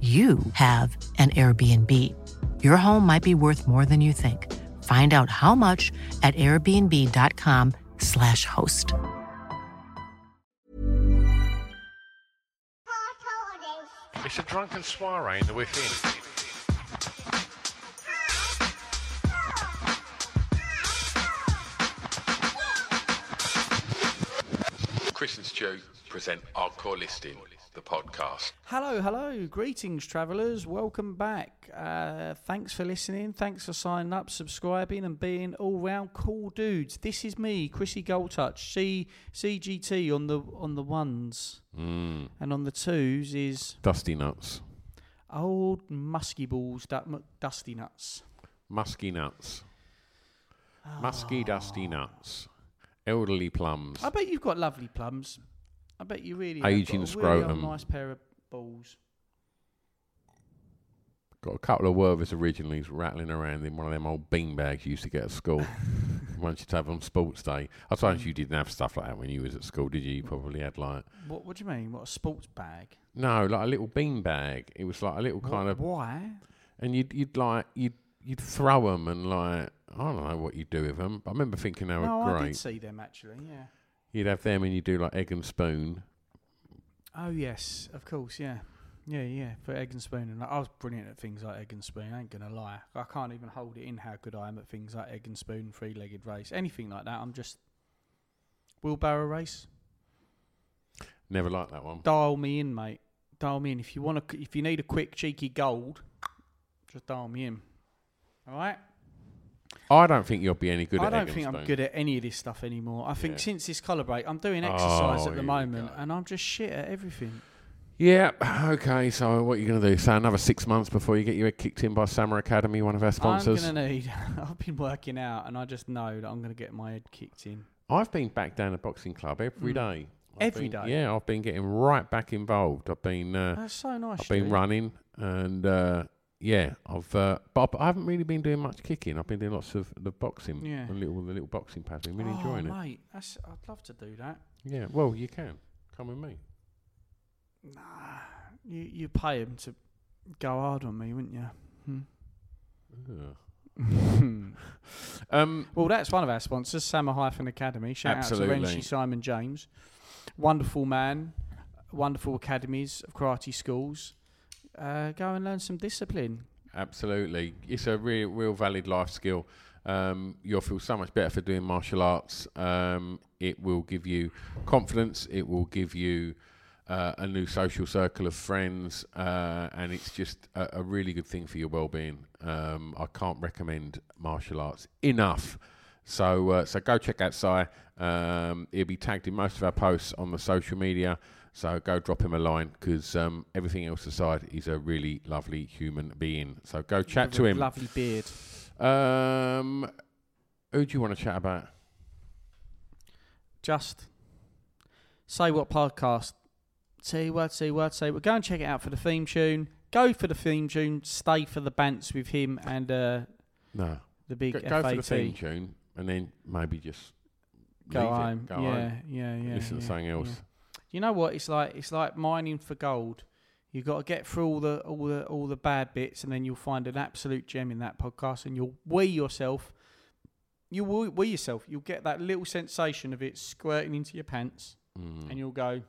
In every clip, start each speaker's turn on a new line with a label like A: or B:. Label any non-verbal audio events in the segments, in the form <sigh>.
A: you have an Airbnb. Your home might be worth more than you think. Find out how much at airbnb.com/slash host.
B: It's a drunken soiree in the within.
C: Chris and Stu present Our Core Listing, the podcast.
D: Hello, hello, greetings, travellers. Welcome back. Uh, thanks for listening. Thanks for signing up, subscribing, and being all round cool dudes. This is me, Chrissy Goldtouch, C CGT on the on the ones,
B: Mm.
D: and on the twos is
B: Dusty nuts.
D: old musky balls, du- m- dusty nuts.
B: Musky nuts.
D: Ah.
B: Musky, dusty nuts. Elderly plums.
D: I bet you've got lovely plums. I bet you really have
B: Aging
D: got a really old
B: scrotum.
D: nice pair of balls.
B: Got a couple of Werther's originals rattling around in one of them old beanbags you used to get at
D: <laughs>
B: school. Once you'd have them sports day. I suppose you didn't have stuff like that when you was at school, did you? You probably had like
D: What, what do you mean? What a sports bag?
B: no, like a little beanbag. It was like a little kind
D: Wh-
B: of
D: why?
B: and you'd you'd like you'd you'd throw them and like I don't know what you'd do with them. I remember thinking they were
D: No, I
B: great.
D: did see them actually. Yeah.
B: You'd have them and you do like egg and spoon.
D: Oh yes, of course, yeah, yeah, yeah. For egg and spoon, and I was brilliant at things like egg and spoon. I ain't gonna lie, I can't even hold it in how good I am at things like egg and spoon, three-legged race, anything like that. I'm just wheelbarrow race.
B: Never liked that one.
D: Dial me in, mate. Dial me in if you want to. If you need a quick cheeky gold, just dial me in. All right.
B: I don't think you'll be any good
D: I
B: at
D: don't
B: egg and
D: think I'm
B: spoon.
D: good at any of this stuff anymore. I think
B: Yeah.
D: since this colour break, I'm doing exercise
B: Oh,
D: at
B: here
D: the
B: we
D: moment,
B: go.
D: and I'm just shit at everything.
B: Yeah, <sighs> okay, so what are you going to do? So another six months before you get your head kicked in by Summer Academy, one of our sponsors?
D: I'm gonna need. <laughs> I've been working out, and I just know that I'm gonna get my head kicked in.
B: I've been back down at boxing club every day. I've
D: Hmm. Every
B: been-
D: day? Oh,
B: Yeah, I've been getting right back involved. I've been... Uh,
D: That's so nice.
B: I've been
D: Stu.
B: running and uh, yeah, I've uh, but I haven't really been doing much kicking. I've been doing lots of the boxing,
D: Yeah.
B: the little the little boxing pads. Been really
D: oh,
B: enjoying it.
D: mate, that's, I'd love to do that.
B: Yeah, well you can come with me.
D: Nah, you you pay him to go hard on me, wouldn't you?
B: Ugh.
D: <laughs> Hmm.
B: Um,
D: well, that's one of our sponsors, Summer Hyphen Academy. Shout out to
B: Absolutely.
D: Renshi Simon James, wonderful man, wonderful academies of karate schools. Uh, go and learn some discipline.
B: absolutely, it's a real real valid life skill. Um, you'll feel so much better for doing martial arts. Um, it will give you confidence. It will give you uh, a new social circle of friends, uh, and it's just a, a really good thing for your well-being. Um, I can't recommend martial arts enough. So, uh, so go check out Si. Um, he'll be tagged in most of our posts on the social media. So go drop him a line because um, everything else aside, he's a really lovely human being. So go chat
D: With
B: to
D: a
B: him.
D: Lovely beard.
B: Um, who do you want to chat about?
D: just say what podcast say what say what say what go and check it out for the theme tune go for the theme tune stay for the bants with him and uh
B: No,
D: the big
B: go,
D: FAT
B: go for the theme tune, and then maybe just
D: Go
B: leave it.
D: home
B: Go
D: yeah,
B: home.
D: yeah yeah
B: Listen
D: yeah,
B: to something
D: yeah.
B: else.
D: you know what it's like it's like mining for gold you got to get through all the all the all the bad bits and then you'll find an absolute gem in that podcast and you'll wee yourself you will wee yourself you'll get that little sensation of it squirting into your pants and you'll go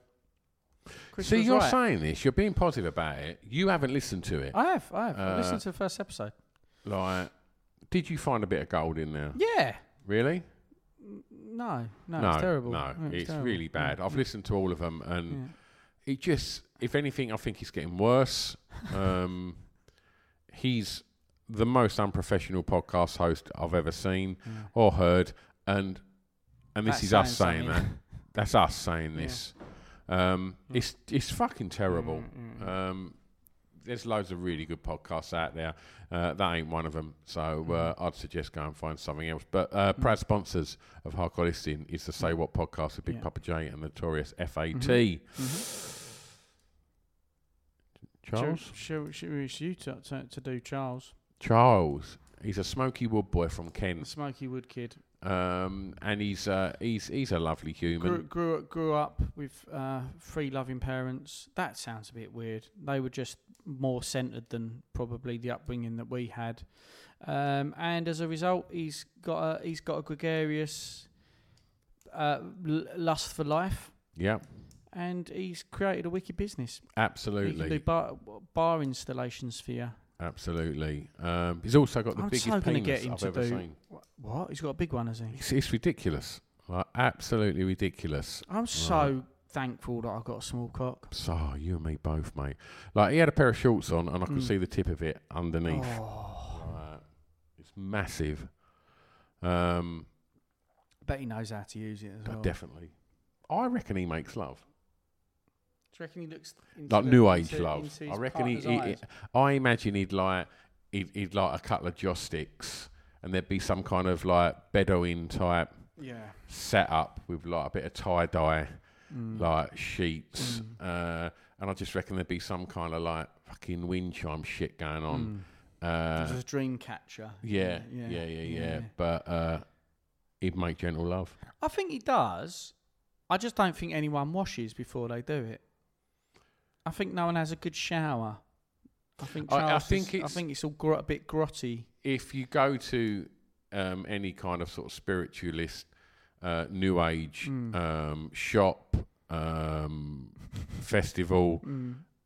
D: Chris
B: See,
D: was
B: Hmm. you're
D: right.
B: saying this, you're being positive about it. You haven't listened to it.
D: I have, I have. I
B: Uh,
D: listened to the first episode.
B: like, did you find a bit of gold in there?
D: Yeah.
B: Really?
D: No, no,
B: no,
D: it's terrible.
B: No,
D: Yeah,
B: it's,
D: terrible. Mm.
B: really bad. I've listened to all of them, and it just, if anything, I think it's getting
D: <laughs>
B: worse. Um, he's the most unprofessional podcast host I've ever seen or heard, and and this
D: That's
B: is us
D: saying
B: saying that.
D: something.
B: That's us saying this. Um, It's it's fucking terrible.
D: Mm,
B: Um, there's loads of really good podcasts out there. Uh, that ain't one of them. So uh,
D: Mm-hmm.
B: I'd suggest go and find something else. But uh, proud sponsors of Hardcore Listening is the Say What podcast with Big Papa J and Notorious FAT.
D: Mm-hmm.
B: Charles?
D: Should, should, we- should you to, to, to do Charles?
B: Charles. He's a Smoky Wood boy from
D: The
B: Kent.
D: Smoky Wood kid.
B: Um, and he's, uh, he's, he's a lovely human.
D: Grew, grew, up- grew up with uh, free loving parents. That sounds a bit weird. They were just more centered than probably the upbringing that we had. Um, and as a result, he's got a, he's got a gregarious uh, l- lust for life.
B: Yeah,
D: And he's created a wicked business. He can
B: absolutely.
D: do bar, bar installations for you.
B: Absolutely. Um, he's also got the
D: I'm
B: biggest
D: so gonna
B: penis
D: get him
B: I've
D: to
B: ever
D: do-
B: seen.
D: What? He's got a big one, has he?
B: It's, it's ridiculous. Like, absolutely ridiculous.
D: I'm so thankful that I've got a small cock.
B: So you and me both, mate. Like he had a pair of shorts on, and I could
D: Hmm.
B: see the tip of it underneath.
D: Oh,
B: Like, it's massive. Um,
D: Bet he knows how to use it as
B: but
D: well.
B: definitely, I reckon he makes love,
D: Do you reckon he looks into
B: like
D: the-
B: new age
D: into-
B: love.
D: into his
B: I reckon he,
D: partner's
B: he-
D: eyes?
B: I imagine he'd like, he'd, he'd like a couple of joysticks, and there'd be some kind of like Bedouin type.
D: yeah.
B: set up with like a bit of tie dye, like sheets, uh, and I just reckon there'd be some kind of like fucking wind chime shit going on. Uh,
D: Just a dream catcher.
B: yeah, yeah, yeah, yeah, But uh, he'd make gentle love.
D: I think he does. I just don't think anyone washes before they do it. I think no one has a good shower. I think
B: I- I
D: Charles is-
B: think
D: I
B: it's-
D: think it's all gro- a bit grotty.
B: If you go to um, any kind of sort of spiritualist, uh, new age
D: Hmm.
B: um, shop,
D: <laughs>
B: um, festival,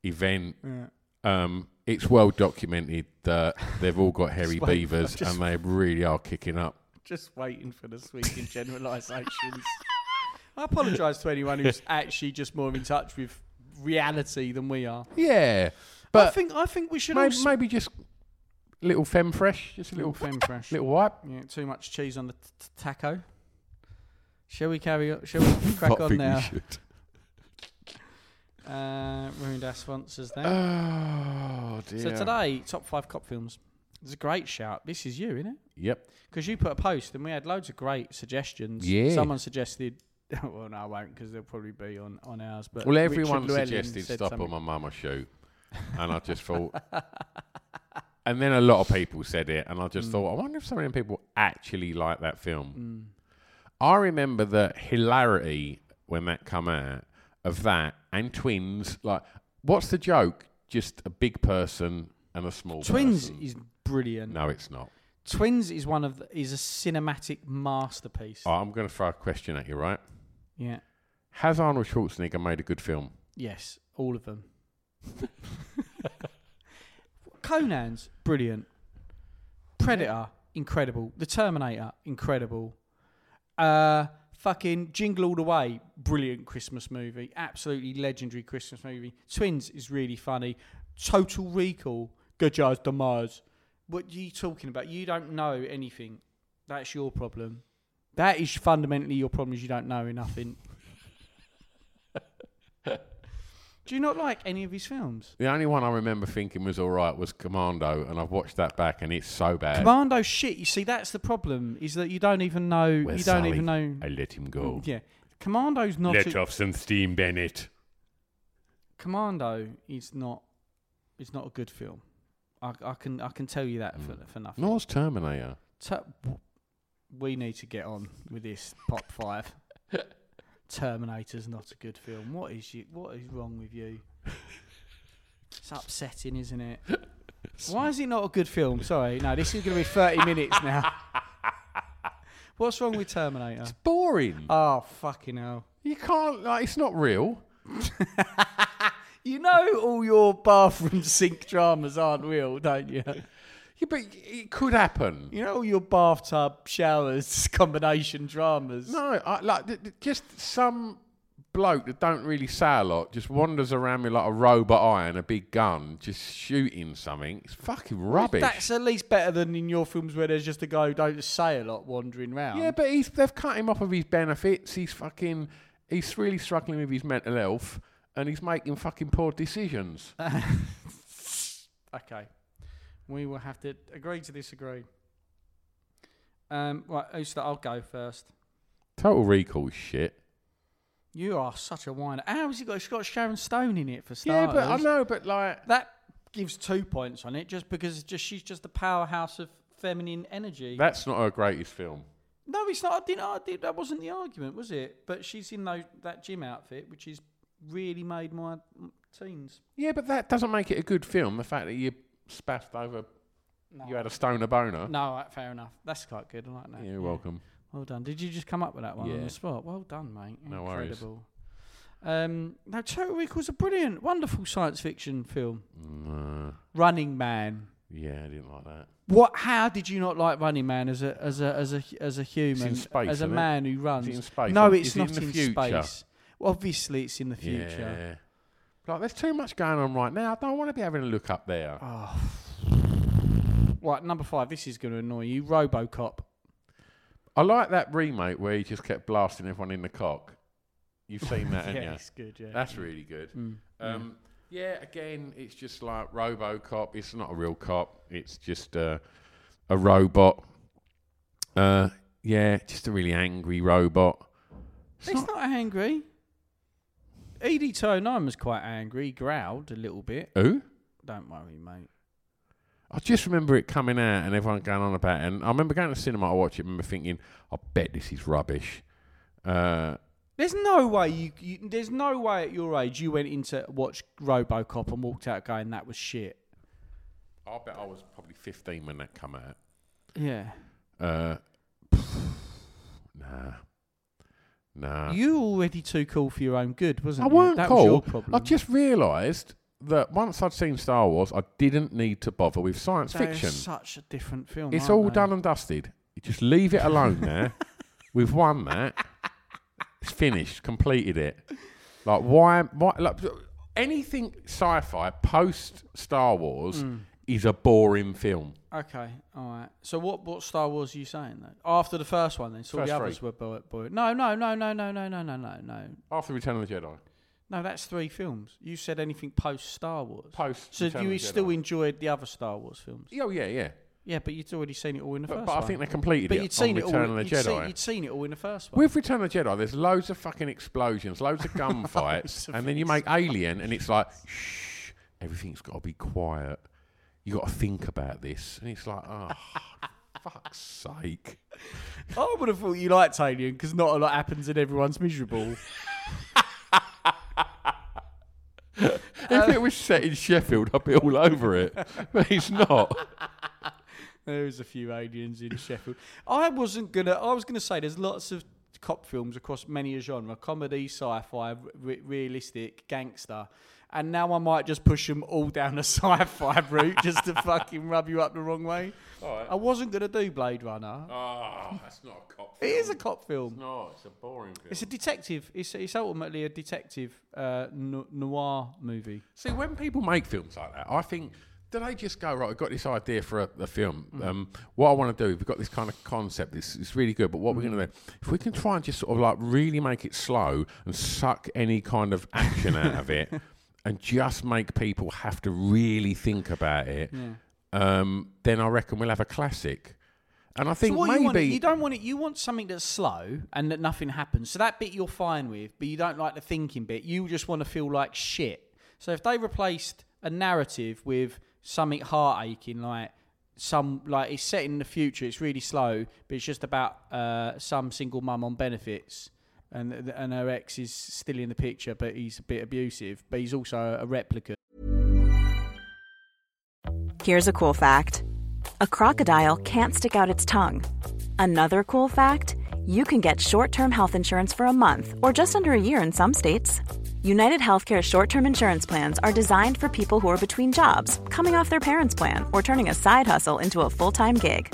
B: event,
D: Hmm. Yeah.
B: Um, it's well documented that they've all got hairy
D: <laughs> Just wait-
B: beavers
D: just-
B: and
D: <laughs>
B: they really are kicking up.
D: Just waiting for the sweeping generalisations. <laughs> I apologise to anyone who's
B: <laughs>
D: actually just more in touch with reality than we are.
B: Yeah,
D: I
B: but
D: think I think we should
B: maybe,
D: also
B: maybe just little femme fresh, just a
D: <laughs>
B: little
D: femme fresh.
B: little wipe.
D: Yeah, too much cheese on the t- t- taco. Shall we carry on? Shall
B: <laughs>
D: we crack
B: I
D: on
B: think we
D: now?
B: should.
D: Uh, ruined our sponsors then.
B: Oh dear.
D: so today, top five cop films. It's a great shout. This is you, isn't it?
B: Yep.
D: Because you put a post and we had loads of great suggestions.
B: Yeah.
D: Someone suggested. <laughs> Well, no, I won't because they'll probably be on, on ours. But
B: well,
D: Richard
B: everyone
D: Llewellyn
B: suggested
D: said
B: stop
D: something.
B: on my mama shoot, and I just thought. <laughs> And then a lot of people said it, and I
D: Mm.
B: just thought, I wonder if so many people actually like that film.
D: Mm.
B: I remember the hilarity when that come out of that and twins. Like, what's the joke? Just a big person and a small
D: Twins
B: person.
D: is brilliant.
B: No, it's not.
D: Twins is one of the, is a cinematic masterpiece.
B: Oh, I'm going to throw a question at you, right?
D: Yeah.
B: Has Arnold Schwarzenegger made a good film?
D: Yes, all of them. Conan's brilliant. Predator, incredible. The Terminator, incredible. Uh, fucking Jingle All the Way, brilliant Christmas movie. Absolutely legendary Christmas movie. Twins is really funny. Total Recall, good jars to Mars. What are you talking about? You don't know anything. That's your problem. That is fundamentally your problem. Is you don't know nothing. Do you not like any of his films?
B: The only one I remember thinking was all right was Commando, and I've watched that back, and it's so bad.
D: Commando shit. You see, that's the problem. Is that you don't even know.
B: Where's
D: you don't
B: Sally?
D: even know. Mm,
B: I let him go.
D: Yeah, Commando's not.
B: Let
D: a-
B: off some steam, Bennett.
D: Commando is not. It's not a good film. I, I can I can tell you that for,
B: Mm.
D: for nothing.
B: Nor's Terminator.
D: Ter- we need to get on with this pop five. Terminator's not a good film. What is you? What is wrong with you? It's upsetting, isn't it? Why is it not a good film? Sorry, no. This is going to be thirty minutes now. What's wrong with Terminator?
B: Boring.
D: Oh fucking hell!
B: you can't. Like, it's not real.
D: You know all your bathroom <laughs> sink dramas aren't real, don't you?
B: Yeah, but it could happen.
D: You know all your bathtub showers <laughs> combination dramas.
B: No, I, like th- th- just some bloke that don't really say a lot just wanders around with like a robot eye and a big gun, just shooting something. It's fucking rubbish.
D: That's at least better than in your films where there's just a guy who don't say a lot wandering round.
B: yeah, but he's they've cut him off of his benefits. He's fucking he's really struggling with his mental health and he's making fucking poor decisions.
D: Okay. We will have to agree to disagree. Um, right, Usta, I'll go first.
B: <laughs> Total recall is shit.
D: You are such a whiner. How's it got? It's got Sharon Stone in it for
B: Yeah,
D: starters.
B: but I know, but like
D: That gives two points on it just because it's just she's just the powerhouse of feminine energy.
B: that's not her greatest film.
D: no, it's not. I didn't. I did. That wasn't the argument, was it? But she's in those, that gym outfit, which is really made my teens.
B: Yeah, but that doesn't make it a good film. The fact that you spaffed over, you had a stoner boner.
D: No, all right, fair enough. That's quite good. I like that.
B: You're welcome.
D: Well done. Did you just come up with that one on
B: Yeah.
D: the spot? Well done, mate.
B: No worries.
D: Incredible. Um, now, Total Recall's a brilliant, wonderful science fiction film.
B: Mm, uh,
D: Running Man.
B: yeah, I didn't like that.
D: What? How did you not like Running Man as a as a as a as a human,
B: space,
D: as a
B: isn't it?
D: man who runs?
B: Is it in space?
D: No,
B: Or
D: it's
B: is it
D: not
B: in the
D: in,
B: future?
D: space. Well, obviously, it's in the future.
B: Yeah. Like, there's too much going on right now. I don't want to be having a look up there.
D: Right, number five. This is going to annoy you. RoboCop.
B: I like that remake where he just kept blasting everyone in the cock. You've seen
D: <laughs>
B: that, haven't you?
D: it's good. Mm, Yeah.
B: That's really good. um, yeah. again, it's just like RoboCop. It's not a real cop. It's just uh, a robot. Uh, yeah, just a really angry robot.
D: It's, not, angry. E Edie Tonon oh was quite angry. He growled a little bit.
B: Who?
D: Don't worry, mate.
B: I just remember it coming out and everyone going on about it. And I remember going to the cinema to watch it. I remember thinking, I bet this is rubbish. Uh,
D: There's no way you, you. There's no way at your age you went in to watch RoboCop and walked out going that was shit.
B: I bet I was probably 15 when that came out.
D: Yeah.
B: Uh, <sighs> nah. Nah.
D: You already too cool for your own good, wasn't
B: I
D: you?
B: weren't
D: that was your
B: cold.
D: problem.
B: I just realised that once I'd seen Star Wars, I didn't need to bother with science
D: They're
B: fiction.
D: Such a different film.
B: It's
D: aren't
B: all
D: they?
B: done and dusted. You just leave it alone
D: <laughs>
B: there. We've won that. It's finished. Completed it. Like why? Why? Like anything sci-fi post Star Wars
D: Hmm.
B: is a boring film.
D: Okay, all right. So what what Star Wars are you saying though? After the first one, then so all
B: First
D: the others
B: three.
D: were boy, boy. No, no, no, no, no, no, no, no, no, no.
B: After Return of the Jedi,
D: No, that's three films. You said anything post Star Wars.
B: Post
D: So
B: Return of
D: you
B: the
D: still
B: Jedi.
D: enjoyed the other Star Wars films?
B: oh yeah, yeah.
D: Yeah, but you'd already seen it all in the
B: But,
D: first
B: but I
D: one.
B: think they completed
D: But
B: it.
D: you'd
B: on
D: seen it all.
B: Return of
D: You'd
B: the Jedi.
D: seen, you'd seen it all in the first one.
B: With Return of the Jedi, there's loads of fucking explosions, <laughs> loads of gunfights, and then you make Alien, and it's like, shh, everything's got to be quiet. You got to think about this, and it's like, oh, <laughs> fuck's <laughs> sake.
D: <laughs> I would have thought you liked Alien because not a lot happens and everyone's <laughs> miserable.
B: If it was set in Sheffield, I'd be all over it, but it's not. <laughs>
D: there is a few aliens in Sheffield. I wasn't gonna. I was gonna say there's lots of cop films across many a genre: comedy, sci-fi, r- re- realistic, gangster. And now I might just push them all down a <laughs> sci-fi route just to fucking rub you up the wrong way. I wasn't gonna do Blade Runner.
B: Oh, that's not a cop.
D: It is a cop film.
B: No, it's a boring film.
D: It's a detective. It's it's ultimately a detective uh, no- noir movie.
B: See, when people make films like that, I think, do they just go, right, I've got this idea for a, a film.
D: Mm.
B: Um, what I want to do, we've got this kind of concept, it's, it's really good, but what we're going
D: Mm.
B: to do, if we can try and just sort of like really make it slow and suck any kind of action out of
D: <laughs>
B: it and just make people have to really think about it, um, then I reckon we'll have a classic. And I think
D: so what
B: maybe.
D: you, want, you don't want it. You want something that's slow and that nothing happens. So that bit you're fine with, but you don't like the thinking bit. You just want to feel like shit. So if they replaced a narrative with something heart aching, like some like it's set in the future, it's really slow, but it's just about uh, some single mum on benefits. And, and her ex is still in the picture, but he's a bit abusive. But he's also a replicant.
E: Here's a cool fact a crocodile can't stick out its tongue. Another cool fact you can get short term health insurance for a month or just under a year in some states. United Healthcare short term insurance plans are designed for people who are between jobs, coming off their parents' plan, or turning a side hustle into a full time gig.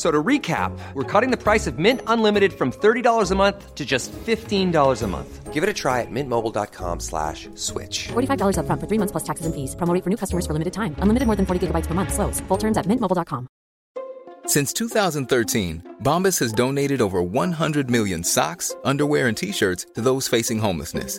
F: So to recap, we're cutting the price of Mint Unlimited from $30 a month to just $15 a month. Give it a try at mintmobile.com slash switch.
G: $45 upfront for three months plus taxes and fees. Promote for new customers for limited time. Unlimited more than 40 gigabytes per month. Slows. Full terms at mintmobile.com.
H: Since 2013, Bombas has donated over 100 million socks, underwear, and t shirts to those facing homelessness.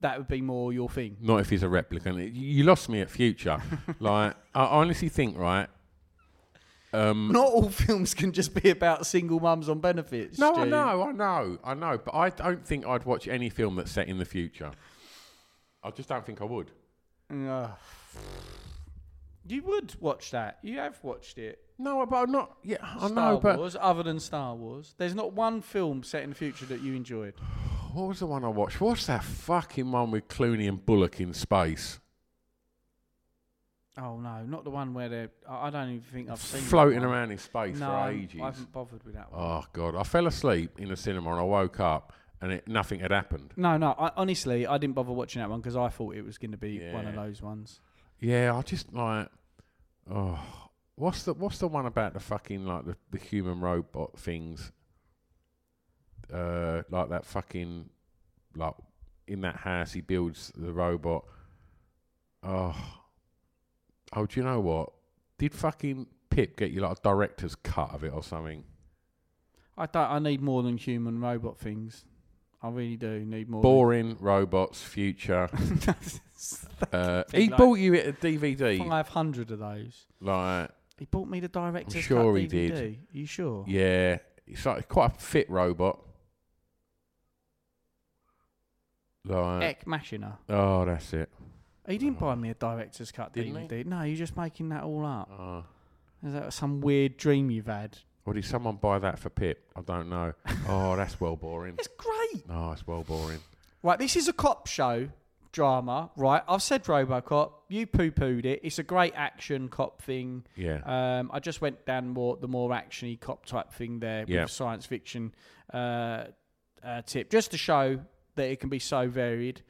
D: That would be more your thing.
B: Not if he's a replicant. Y- You lost me at
D: <laughs>
B: future. like I honestly think, right?
D: Not all <laughs> films can just be about single mums on benefits.
B: No, I
D: Stu.
B: know, I know, I know. But I don't think I'd watch any film that's set in the future. I just don't think I would.
D: Ugh. You would watch that. You have watched it.
B: No, but I'm not. Yeah, I
D: Star
B: know. But
D: Wars, other than Star Wars, there's not one film set in the future that you enjoyed.
B: what was the one I watched? What's that fucking one with Clooney and Bullock in space?
D: Oh no, not the one where they're. I I don't even think I've seen. that
B: floating
D: one.
B: around in space
D: no,
B: for
D: I'm-
B: ages.
D: I haven't bothered with that one.
B: Oh god, I fell asleep in the cinema and I woke up and it, nothing had happened.
D: No, no. I, honestly, I didn't bother watching that one because I thought it was going to be one of
B: Yeah.
D: those ones.
B: Yeah, I just like, oh, what's the what's the one about the fucking like the, the human robot things? Uh, like that fucking like in that house he builds the robot. Oh, oh, do you know what? Did fucking Pip get you like a director's cut of it or something?
D: I don't. I need more than human robot things. I really do need more. than- <laughs>
B: Boring robots, future. uh, he
D: like-
B: bought you it a DVD.
D: Five hundred of those.
B: Like,
D: He bought me the director's cut
B: sure he
D: DVD.
B: did.
D: Are you sure?
B: yeah, it's like quite a fit robot. Like,
D: Eck Machina.
B: oh, that's it.
D: He Oh, didn't buy me a director's cut
B: Didn't he?
D: DVD. No, you're just making that all up.
B: Oh.
D: Is that some weird dream you've had?
B: Or did someone buy that for Pip? I don't know. Oh, that's well boring. <laughs>
D: It's great.
B: No, it's well boring.
D: Right, this is a cop show drama, right? I've said Robocop. You poo pooed it. It's a great action cop thing.
B: Yeah.
D: Um, I just went down more the more actiony cop type thing there
B: Yeah.
D: with the science fiction uh, uh, tip, just to show that it can be so varied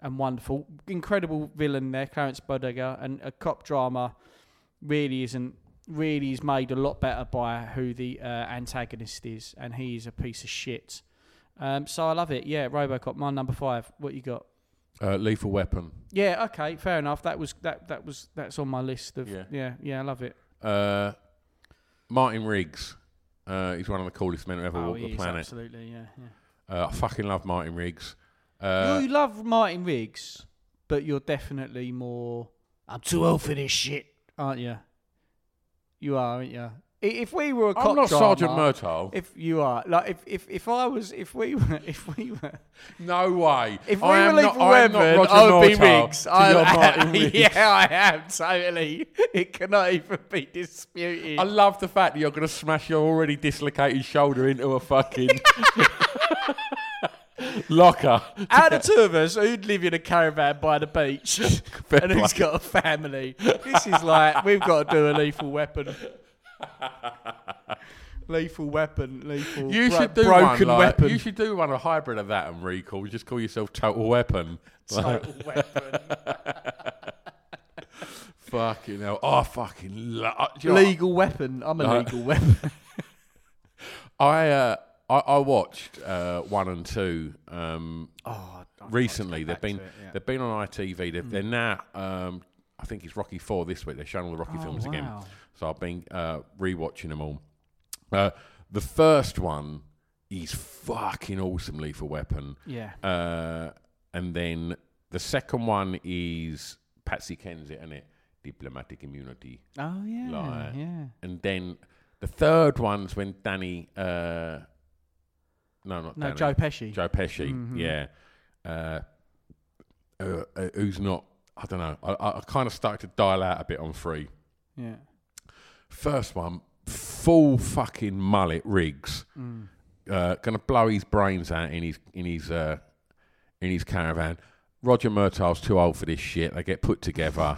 D: and wonderful. Incredible villain there, Clarence Bodega, and a cop drama really isn't really is made a lot better by who the uh, antagonist is, and he is a piece of shit. Um, so I love it. Yeah, RoboCop, my number five. What you got?
B: Uh, lethal Weapon.
D: Yeah, okay, fair enough. That was that that was that's on my list of yeah
B: Yeah.
D: yeah, I love it.
B: Uh, Martin Riggs. Uh, he's one of the coolest men who ever walked
D: he
B: the
D: Oh, is,
B: planet.
D: absolutely, yeah. yeah.
B: Uh, I fucking love Martin Riggs. Uh,
D: you love Martin Riggs, but you're definitely more. I'm too old for this shit, aren't you? You are, aren't you? I- If we were a cop
B: I'm not
D: drama-
B: Sergeant Murtaugh.
D: If you are like if if if I was if we were <laughs> if we were
B: No way.
D: If we
B: I am
D: were leaving
B: not, I am not
D: Redmond,
B: Roger
D: I would be
B: Murtaugh
D: Riggs.
B: to
D: I, <laughs>
B: your Martin Riggs.
D: Yeah, I am totally. It cannot even be disputed.
B: I love the fact that you're going to smash your already dislocated shoulder into a
D: <laughs>
B: fucking locker.
D: Out of two of us, who'd live in a caravan by the
B: <laughs>
D: beach and who's got a family? This is like we've got to do a lethal weapon. lethal weapon, lethal.
B: You
D: bro-
B: should do
D: broken
B: one. Like,
D: weapon.
B: You should do one a hybrid of that and recall. Just call yourself Total Weapon. Like,
D: Total weapon.
B: fucking hell. Oh, I fucking. Lo- uh, do you know what?
D: <laughs> legal weapon. I'm a
B: Like-
D: legal
B: <laughs>
D: weapon.
B: I uh, I, I watched uh, one and two
D: Oh, Mm.
B: um, recently. They've been they've been on ITV. They've, They're now um, I think it's Rocky Four this week. They're showing all the Rocky
D: Oh,
B: films again,
D: wow.
B: so I've been uh, rewatching them all. Uh, the first one is fucking awesome. Lethal Weapon.
D: Yeah.
B: Uh, and then the second one is Patsy Kensit, isn't it? Diplomatic immunity.
D: Oh yeah.
B: Like-
D: Yeah.
B: And then the third one's when Danny. Uh, no, not
D: No,
B: Danny.
D: Joe Pesci. Mm-hmm.
B: Joe Pesci. Yeah. Uh, uh, uh, who's not? I don't know. I, I, I kind of started to dial out a bit on three.
D: Yeah.
B: First one, full fucking mullet rigs.
D: Mm.
B: Uh, gonna blow his brains out in his in his uh, in his caravan. Roger Murtaugh's too old for this shit. They get put
D: <laughs>
B: together.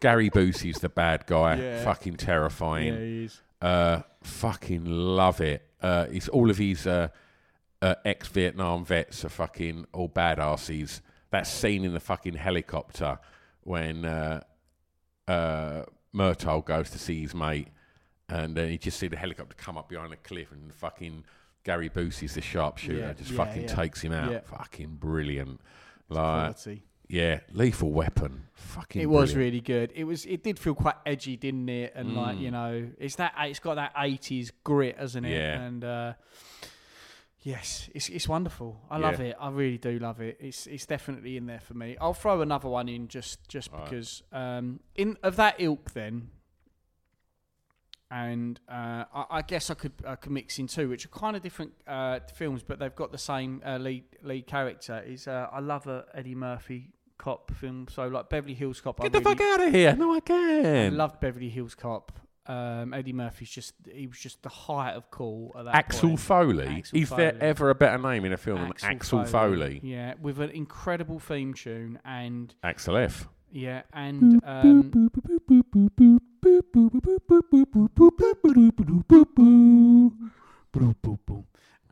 B: Gary Busey's the bad guy.
D: Yeah.
B: Fucking terrifying.
D: Yeah, he is.
B: Uh, fucking love it. Uh, it's all of his uh, uh, ex-Vietnam vets are fucking all badasses. That scene in the fucking helicopter when uh, uh, Murtaugh goes to see his mate, and then you just see the helicopter come up behind a cliff, and fucking Gary Busey's the sharpshooter,
D: Yeah,
B: just
D: yeah,
B: fucking
D: yeah.
B: takes him out.
D: Yeah.
B: Fucking brilliant. Like,
D: Quality.
B: yeah, lethal weapon. Fucking.
D: It
B: brilliant.
D: was
B: Mm.
D: really good. It was. It did feel quite edgy, didn't it? And like you know, it's that. It's got that eighties grit, hasn't it?
B: Yeah.
D: And uh, yes, it's it's wonderful. I
B: Yeah.
D: love it. I really do love it. It's it's definitely in there for me. I'll throw another one in just just because um, in of that ilk then. And uh, I, I guess I could I could mix in two, which are kind of different uh, films, but they've got the same uh, lead lead character. Is uh, I love a Eddie Murphy cop film, so like Beverly Hills Cop.
B: Get
D: I
B: the
D: really,
B: fuck out of here! No, I
D: I
B: can.
D: loved Beverly Hills Cop. Um, Eddie Murphy's just he was just the height of cool at that
B: Axel
D: point.
B: Foley.
D: Axel
B: Is there
D: Foley.
B: ever a better name in a film than Axel Foley?
D: Yeah, with an incredible theme tune and
B: Axel F.
D: yeah and um,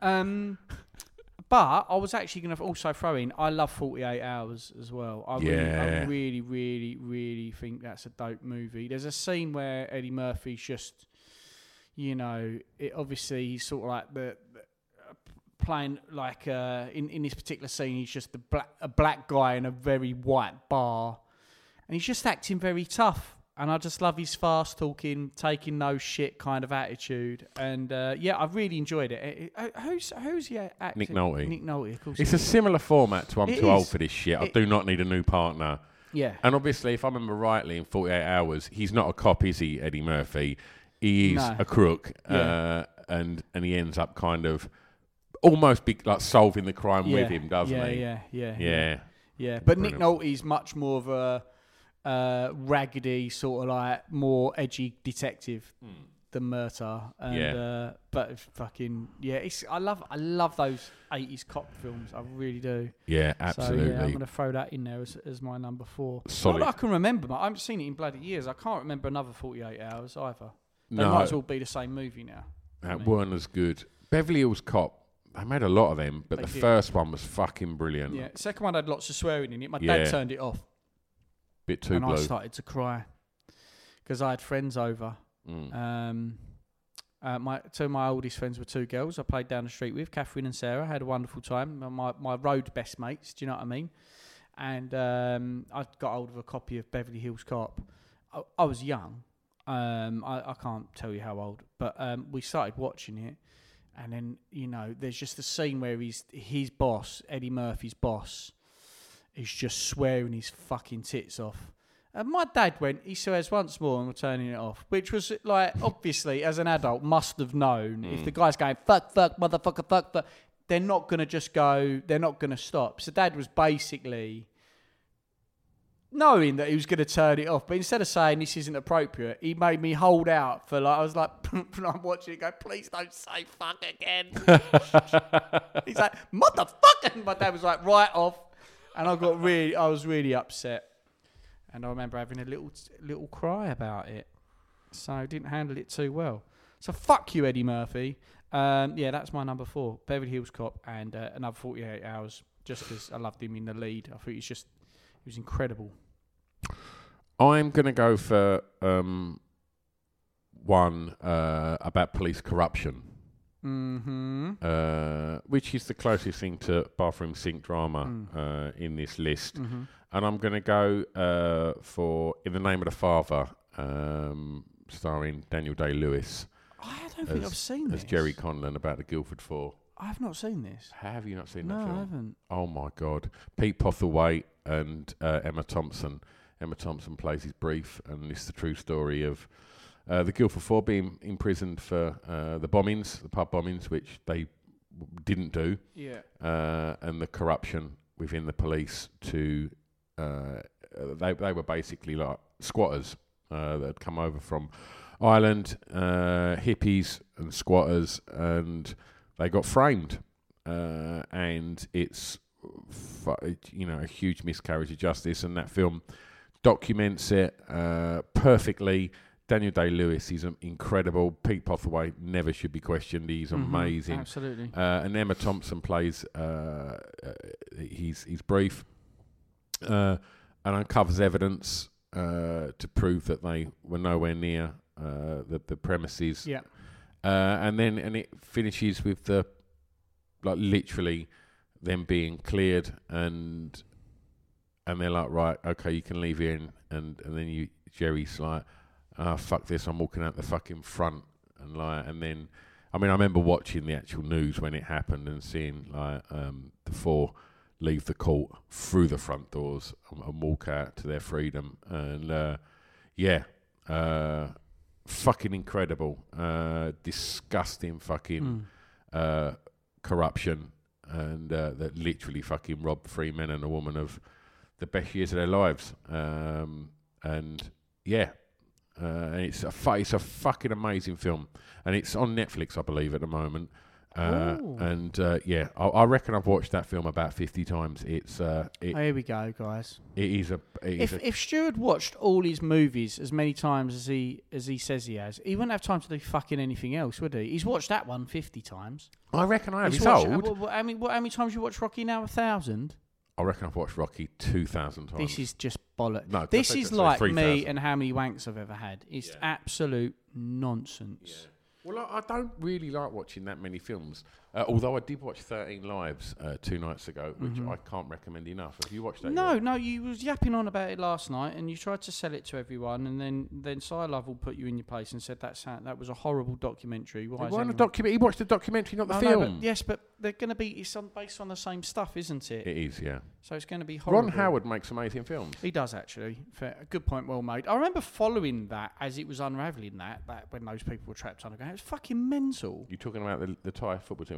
D: um but I was actually going to also throw in I love 48 Hours as well. I really I
B: Yeah.
D: really really really think that's a dope movie. There's a scene where Eddie Murphy's just you know, it obviously he's sort of like the, the playing like uh, in in this particular scene, he's just the black a black guy in a very white bar, and he's just acting very tough. And I just love his fast talking, taking no shit kind of attitude. And uh, yeah, I really enjoyed it. Uh, uh, Who's who's the actor?
B: Nick Nolte.
D: Nick Nolte, of course.
B: It's a similar format to I'm
D: It
B: too old
D: is.
B: for this shit. I
D: It-
B: do not need a new partner. <laughs>
D: yeah.
B: And obviously, if I remember rightly, in 48 hours, he's not a cop, is he, Eddie Murphy? He is
D: No.
B: a crook,
D: Yeah.
B: uh, and and he ends up kind of almost be, like solving the crime
D: yeah.
B: with him, doesn't
D: yeah,
B: he?
D: Yeah, yeah,
B: yeah.
D: Yeah, but Nick
B: Brilliant.
D: Nolte's much more of a uh, raggedy, sort of like more edgy detective than Murtaugh. And,
B: Hmm. Yeah.
D: Uh, but it's fucking yeah, it's I love I love those eighties cop films. I really do.
B: Yeah,
D: So yeah, I'm
B: absolutely.
D: gonna throw that in there as, as my number four.
B: Solid.
D: Not that I can remember. mate. I haven't seen it in bloody years. I can't remember another Forty Eight Hours either. They
B: No.
D: might as well be the same movie now.
B: That weren't as good. Beverly Hills Cop. They made a lot of them, but the first one was fucking brilliant.
D: Yeah, second one had lots of swearing in it. My
B: Yeah.
D: dad turned it off.
B: Bit too
D: and
B: blue.
D: I started to cry because I had friends over.
B: Mm.
D: Um, uh, my two of my oldest friends were two girls I played down the street with, Catherine and Sarah. Had a wonderful time. My- My my road best mates. Do you know what I mean? And um, I got hold of a copy of Beverly Hills Cop. I, I was young. Um, I, I can't tell you how old, but um, we started watching it. And then you know, there's just the scene where he's his boss, Eddie Murphy's boss, is just swearing his fucking tits off. And my dad went, he swears once more and we're turning it off. Which was like, obviously, as an adult, must have known if the guy's going, fuck, fuck, motherfucker, fuck, but they're not going to just go, they're not going to stop. So dad was basically knowing that he was going to turn it off. But instead of saying this isn't appropriate, he made me hold out for like, I was like, <laughs> I'm watching it go, please don't say fuck again. He's like, motherfucker. My dad was like, right off. And I got really, I was really upset. And I remember having a little, little cry about it. So I didn't handle it too well. So fuck you, Eddie Murphy. Um, yeah, that's my number four. Beverly Hills Cop and uh, another 48 Hours. Just because I loved him in the lead. I thought he's just, he was incredible.
B: I'm gonna go for um, one uh, about police corruption.
D: Mm-hmm.
B: uh, which is the closest thing to bathroom sink drama
D: Mm.
B: uh, in this list.
D: Mm-hmm.
B: And I'm going to go uh, for In the Name of the Father, um, starring Daniel Day Lewis
D: I don't think I've seen
B: as
D: this.
B: Jerry Conlon about the Guildford Four.
D: I've not seen this.
B: Have you not seen
D: No,
B: that film?
D: I haven't.
B: Oh my god! Pete Pothaway and uh, Emma Thompson. Emma Thompson plays his brief, and it's the true story of uh, the Guildford Four being imprisoned for uh, the bombings, the pub bombings, which they w- didn't do,
D: Yeah.
B: uh, and the corruption within the police. To uh, uh, they they were basically like squatters uh, that had come over from Ireland, uh, hippies and squatters, and they got framed uh, and it's fu- it- you know a huge miscarriage of justice, and that film documents it uh, perfectly. Daniel Day Lewis is incredible. Pete Pothaway never should be questioned. He's amazing.
D: Absolutely.
B: Uh, and Emma Thompson plays uh, uh, he's he's brief uh, and uncovers evidence uh, to prove that they were nowhere near uh, the the premises
D: yeah.
B: uh, and then and it finishes with the like literally them being cleared and and they're like right okay you can leave here and and, and then you Jerry's like ah fuck this I'm walking out the fucking front and like and then I mean I remember watching the actual news when it happened and seeing like um the four leave the court through the front doors and, and walk out to their freedom and uh yeah uh fucking incredible, uh, disgusting fucking uh, corruption, and uh, that literally fucking robbed three men and a woman of the best years of their lives. Um, and yeah, uh, and it's a fu- it's a fucking amazing film, and it's on Netflix, I believe, at the moment. Uh, and uh, yeah, I, I reckon I've watched that film about fifty times. It's uh, it,
D: Here we go, guys.
B: it is a it is
D: If
B: a,
D: if Stewart watched all his movies as many times as he as he says he has, he wouldn't have time to do fucking anything else, would he? He's watched that one fifty times.
B: I reckon I have.
D: He's
B: It's
D: watched-
B: old.
D: uh, wha- wha- how, many, wha- how many times you watch Rocky now? A thousand.
B: I reckon I've watched Rocky two thousand times.
D: This is just bollocks.
B: No,
D: this
B: that's-
D: is
B: that's
D: like
B: 3,000.
D: me and how many wanks I've ever had. It's absolute nonsense.
B: Well, I, I don't really like watching that many films. Uh, although I did watch Thirteen Lives uh, two nights ago, which I can't recommend enough. Have you watched that?
D: Mm-hmm. No,
B: yet?
D: no, you was yapping on about it last night, and you tried to sell it to everyone, and then then Cy Lovell put you in your place and said that sound, that was a horrible documentary. Why, is
B: Why not
D: anyone-"
B: document? He watched the documentary, not the
D: I know, but-
B: film.
D: yes, but they're going to be it's on, based on the same stuff, isn't it?
B: It is, yeah.
D: so it's going to be horrible.
B: Ron Howard makes amazing films.
D: He does actually. Fair. a Good point, well made. I remember following that as it was unraveling that that when those people were trapped underground. It was fucking mental.
B: You're talking about the, the Thai football team.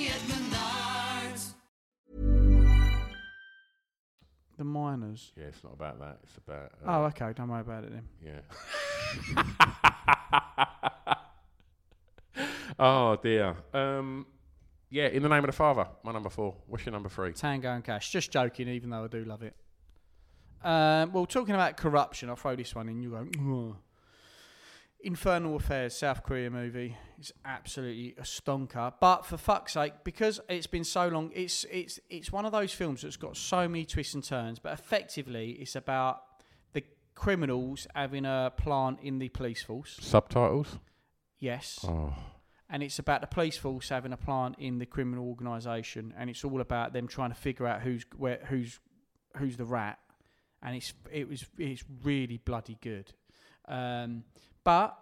I: at Menards.
D: The miners.
B: Yeah, it's not about that. It's about uh,
D: Oh, okay. Don't worry about it then.
B: yeah. oh dear. Um, yeah, in the name of the Father. My number four. What's your number three?
D: Tango and Cash. Just joking, even though I do love it. Um, well, talking about corruption, I'll throw this one in. You go. "Ugh." Infernal Affairs, South Korea movie. It's absolutely a stonker. But for fuck's sake, because it's been so long, it's it's it's one of those films that's got so many twists and turns. But effectively, it's about the criminals having a plant in the police force.
B: Subtitles?
D: Yes.
B: Oh.
D: And it's about the police force having a plant in the criminal organisation, and it's all about them trying to figure out who's where, who's who's the rat. And it's it was it's really bloody good, um, but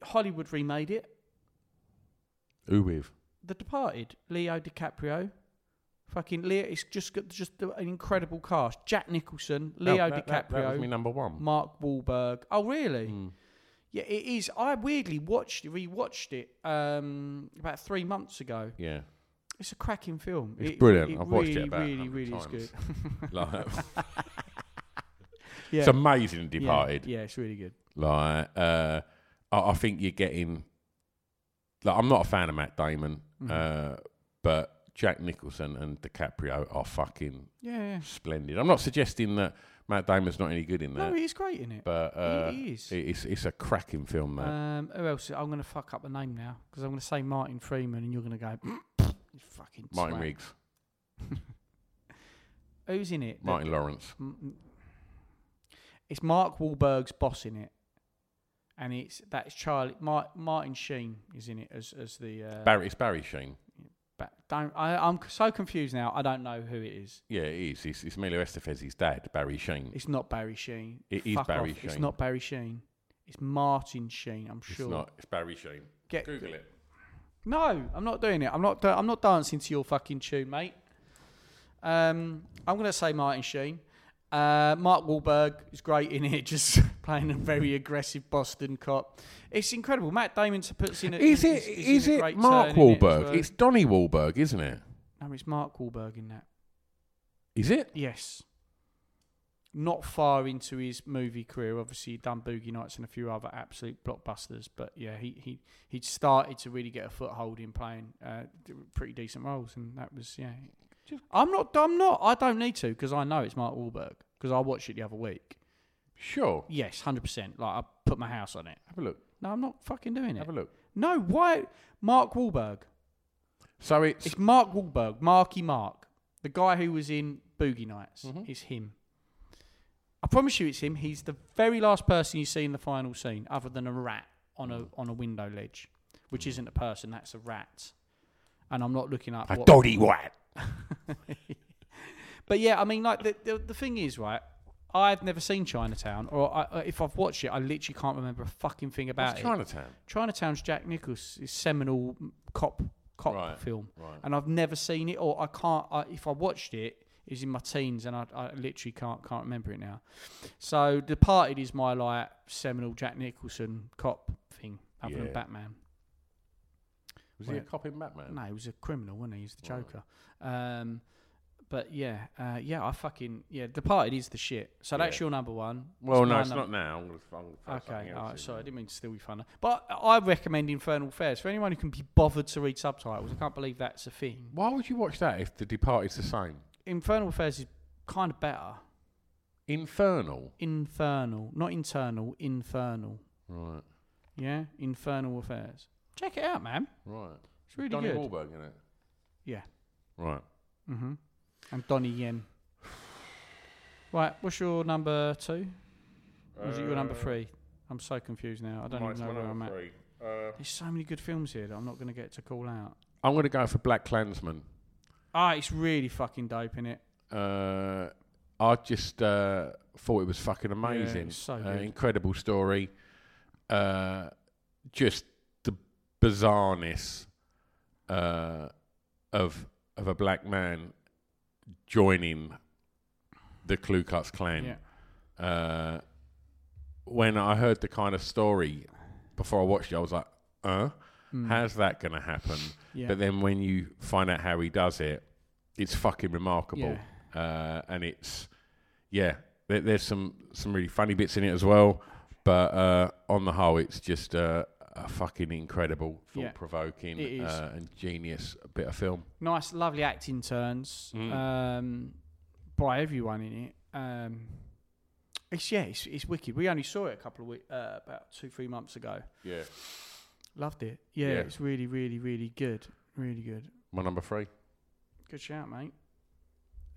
D: Hollywood remade it.
B: Who with?
D: The Departed, Leo DiCaprio, fucking Leo. It's just got just an incredible cast. Jack Nicholson,
B: No,
D: Leo
B: that-
D: DiCaprio,
B: that- that was me number one. Mm.
D: Mark Wahlberg. Oh really? Yeah, it is. I weirdly watched rewatched it um, about three months ago. <laughs>
B: Yeah.
D: It's a cracking film.
B: It's
D: It-
B: brilliant.
D: It
B: I've watched
D: really,
B: it about a
D: really,
B: number of
D: really
B: times.
D: is good.
B: Like-
D: Yeah.
B: <laughs> It's amazing,
D: Yeah,
B: Departed.
D: Yeah, it's really good.
B: Like, uh, I, I think you're getting. Like, I'm not a fan of Matt Damon,
D: Mhm.
B: uh, but Jack Nicholson and DiCaprio are fucking
D: Yeah, yeah.
B: splendid. I'm not suggesting that Matt Damon's not any good in that.
D: No, he's great in it.
B: But uh,
D: He is.
B: it- It's, it's a cracking film, man.
D: Um, who else? I'm going to fuck up the name now because I'm going to say Martin Freeman and you're going to go, "Mm, you fucking
B: Martin
D: twat."
B: Riggs,
D: Who's in it? The-
B: Martin Lawrence.
D: M- m- It's Mark Wahlberg's boss in it. And it's that's Charlie Mar- Martin Sheen is in it as as the uh,
B: Barry, it's Barry Sheen.
D: Ba- don't I, I'm c- so confused now. I don't know who it is.
B: Yeah, it is. It's, it's Emilio Estevez's dad, Barry Sheen.
D: It's not Barry Sheen.
B: It is
D: Fuck
B: Barry
D: off. It's
B: Sheen.
D: not Barry Sheen. It's Martin Sheen. I'm
B: It's
D: sure.
B: not. It's Barry Sheen.
D: Get-
B: Google it.
D: No, I'm not doing it. I'm not. da- I'm not dancing to your fucking tune, mate. Um, I'm gonna say Martin Sheen. Uh, Mark Wahlberg is great in it, <laughs> just playing a very aggressive Boston cop. It's incredible. Matt Damon puts in. A,
B: Is it?
D: is- is in
B: Is
D: a
B: it
D: great
B: Mark
D: turn in it as
B: Wahlberg?
D: well.
B: It's Donnie Wahlberg, isn't it?
D: no, it's Mark Wahlberg in that.
B: Is it?
D: Yes. Not far into his movie career, obviously he'd done Boogie Nights and a few other absolute blockbusters. But yeah, he he he'd started to really get a foothold in playing uh, d- pretty decent roles, and that was yeah. I'm not. I'm not. I don't need to because I know it's Mark Wahlberg because I watched it the other week.
B: Sure.
D: Yes, hundred percent. Like I put my house on it.
B: Have a look.
D: No, I'm not fucking doing it.
B: Have a look.
D: No, why Mark Wahlberg?
B: So it's,
D: It's Mark Wahlberg, Marky Mark, the guy who was in Boogie Nights.
B: Mm-hmm.
D: It's him. I promise you, it's him. He's the very last person you see in the final scene, other than a rat on a on a window ledge,
B: Mm.
D: which isn't a person. That's a rat. And I'm not looking up.
B: a
D: what-
B: dodgy white.
D: <laughs> But yeah, I mean, like the, the the thing is, right? I've never seen Chinatown, or I, if I've watched it, I literally can't remember a fucking thing about
B: What's
D: it.
B: Chinatown?
D: Chinatown's Jack Nicholson's seminal cop cop
B: Right,
D: film,
B: right.
D: and I've never seen it, or I can't. I, if I watched it, it was in my teens, and I, I literally can't can't remember it now. So, Departed is my like seminal Jack Nicholson cop thing, other
B: Yeah.
D: than Batman.
B: Was he a
D: Where-
B: cop in Batman?
D: No, he was a criminal, wasn't he? He's the
B: Right.
D: Joker. Um, but yeah, uh, yeah, I fucking yeah. Departed is the shit. So that's
B: Yeah.
D: your number one.
B: Well, no,
D: my
B: it's
D: num-
B: not now. I'm gonna, I'm gonna throw
D: Okay,
B: something else
D: all right,
B: in.
D: sorry, I didn't mean to steal your thunder. But I recommend Infernal Affairs for anyone who can be bothered to read subtitles. I can't believe that's a thing.
B: Why would you watch that if The Departed's the same?
D: Infernal Affairs is kind of better.
B: Infernal.
D: Infernal, not internal, infernal.
B: Right.
D: Yeah, Infernal Affairs. Check it out, man.
B: Right.
D: It's really
B: Donnie
D: good.
B: Wahlberg in it.
D: Yeah.
B: Right.
D: Mm-hmm. And Donnie Yen. <sighs> Right, what's your number two? Or is it your number
B: Uh,
D: three? I'm so confused now. I don't
B: Right,
D: even
B: it's
D: know
B: my
D: where I'm
B: number
D: at.
B: three. Uh,
D: There's so many good films here that I'm not going to get to call out.
B: I'm going to go for Black Klansman.
D: Ah, it's really fucking dope in it.
B: uh, I just uh, thought it was fucking amazing.
D: it's so
B: Uh,
D: good.
B: incredible story. Uh, just the bizarreness uh, of of a black man joining the Ku Klux Klan. Uh, when I heard the kind of story before I watched it, I was like, "Uh, how's that going to happen?"
D: Hmm. Yeah.
B: But then when you find out how he does it, it's fucking remarkable. Uh, and it's yeah, there, there's some some really funny bits in it as well. But uh, on the whole, it's just uh, a fucking incredible,
D: Yeah.
B: thought-provoking,
D: It is.
B: uh, and genius bit of film.
D: Nice, lovely acting turns um, by everyone in it. Um, It's yeah, it's, it's wicked. We only saw it a couple of weeks, uh, about two, three months ago.
B: Yeah.
D: Loved it. Yeah,
B: Yeah.
D: it's really, really, really good. Really good.
B: My number three.
D: Good shout, mate.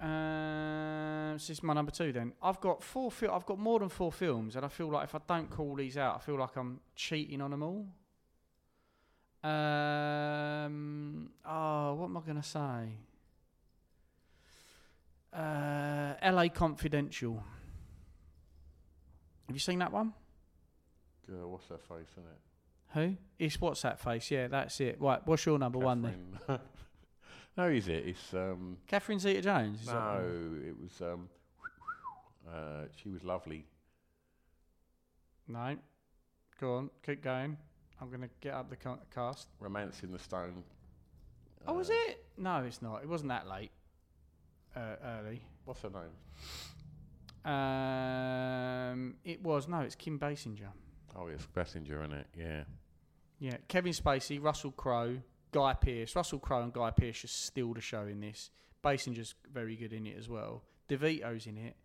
D: Um, so this is my number two. Then I've got four. Fil- I've got more than four films, and I feel like if I don't call these out, I feel like I'm cheating on them all. Um. Oh, what am I gonna say? Uh, L.A. Confidential. Have you seen that one?
B: Girl, what's her face in it?
D: Who? It's what's that face? Yeah, that's it. Right. What's your number one then?
B: Catherine- <laughs> no, is it? It's um.
D: Catherine Zeta-Jones. is that
B: no,
D: one?
B: it was um. Uh, she was lovely.
D: No. Go on. Keep going. I'm gonna get up the ca- cast.
B: Romance in the Stone. Uh,
D: Oh, was it? No, it's not. It wasn't that late. Uh, early.
B: What's her name?
D: Um, it was no. It's Kim Basinger.
B: Oh, it's Basinger in it. Yeah.
D: Yeah, Kevin Spacey, Russell Crowe, Guy Pearce. Russell Crowe and Guy Pearce should steal the show in this. Basinger's very good in it as well. DeVito's in it.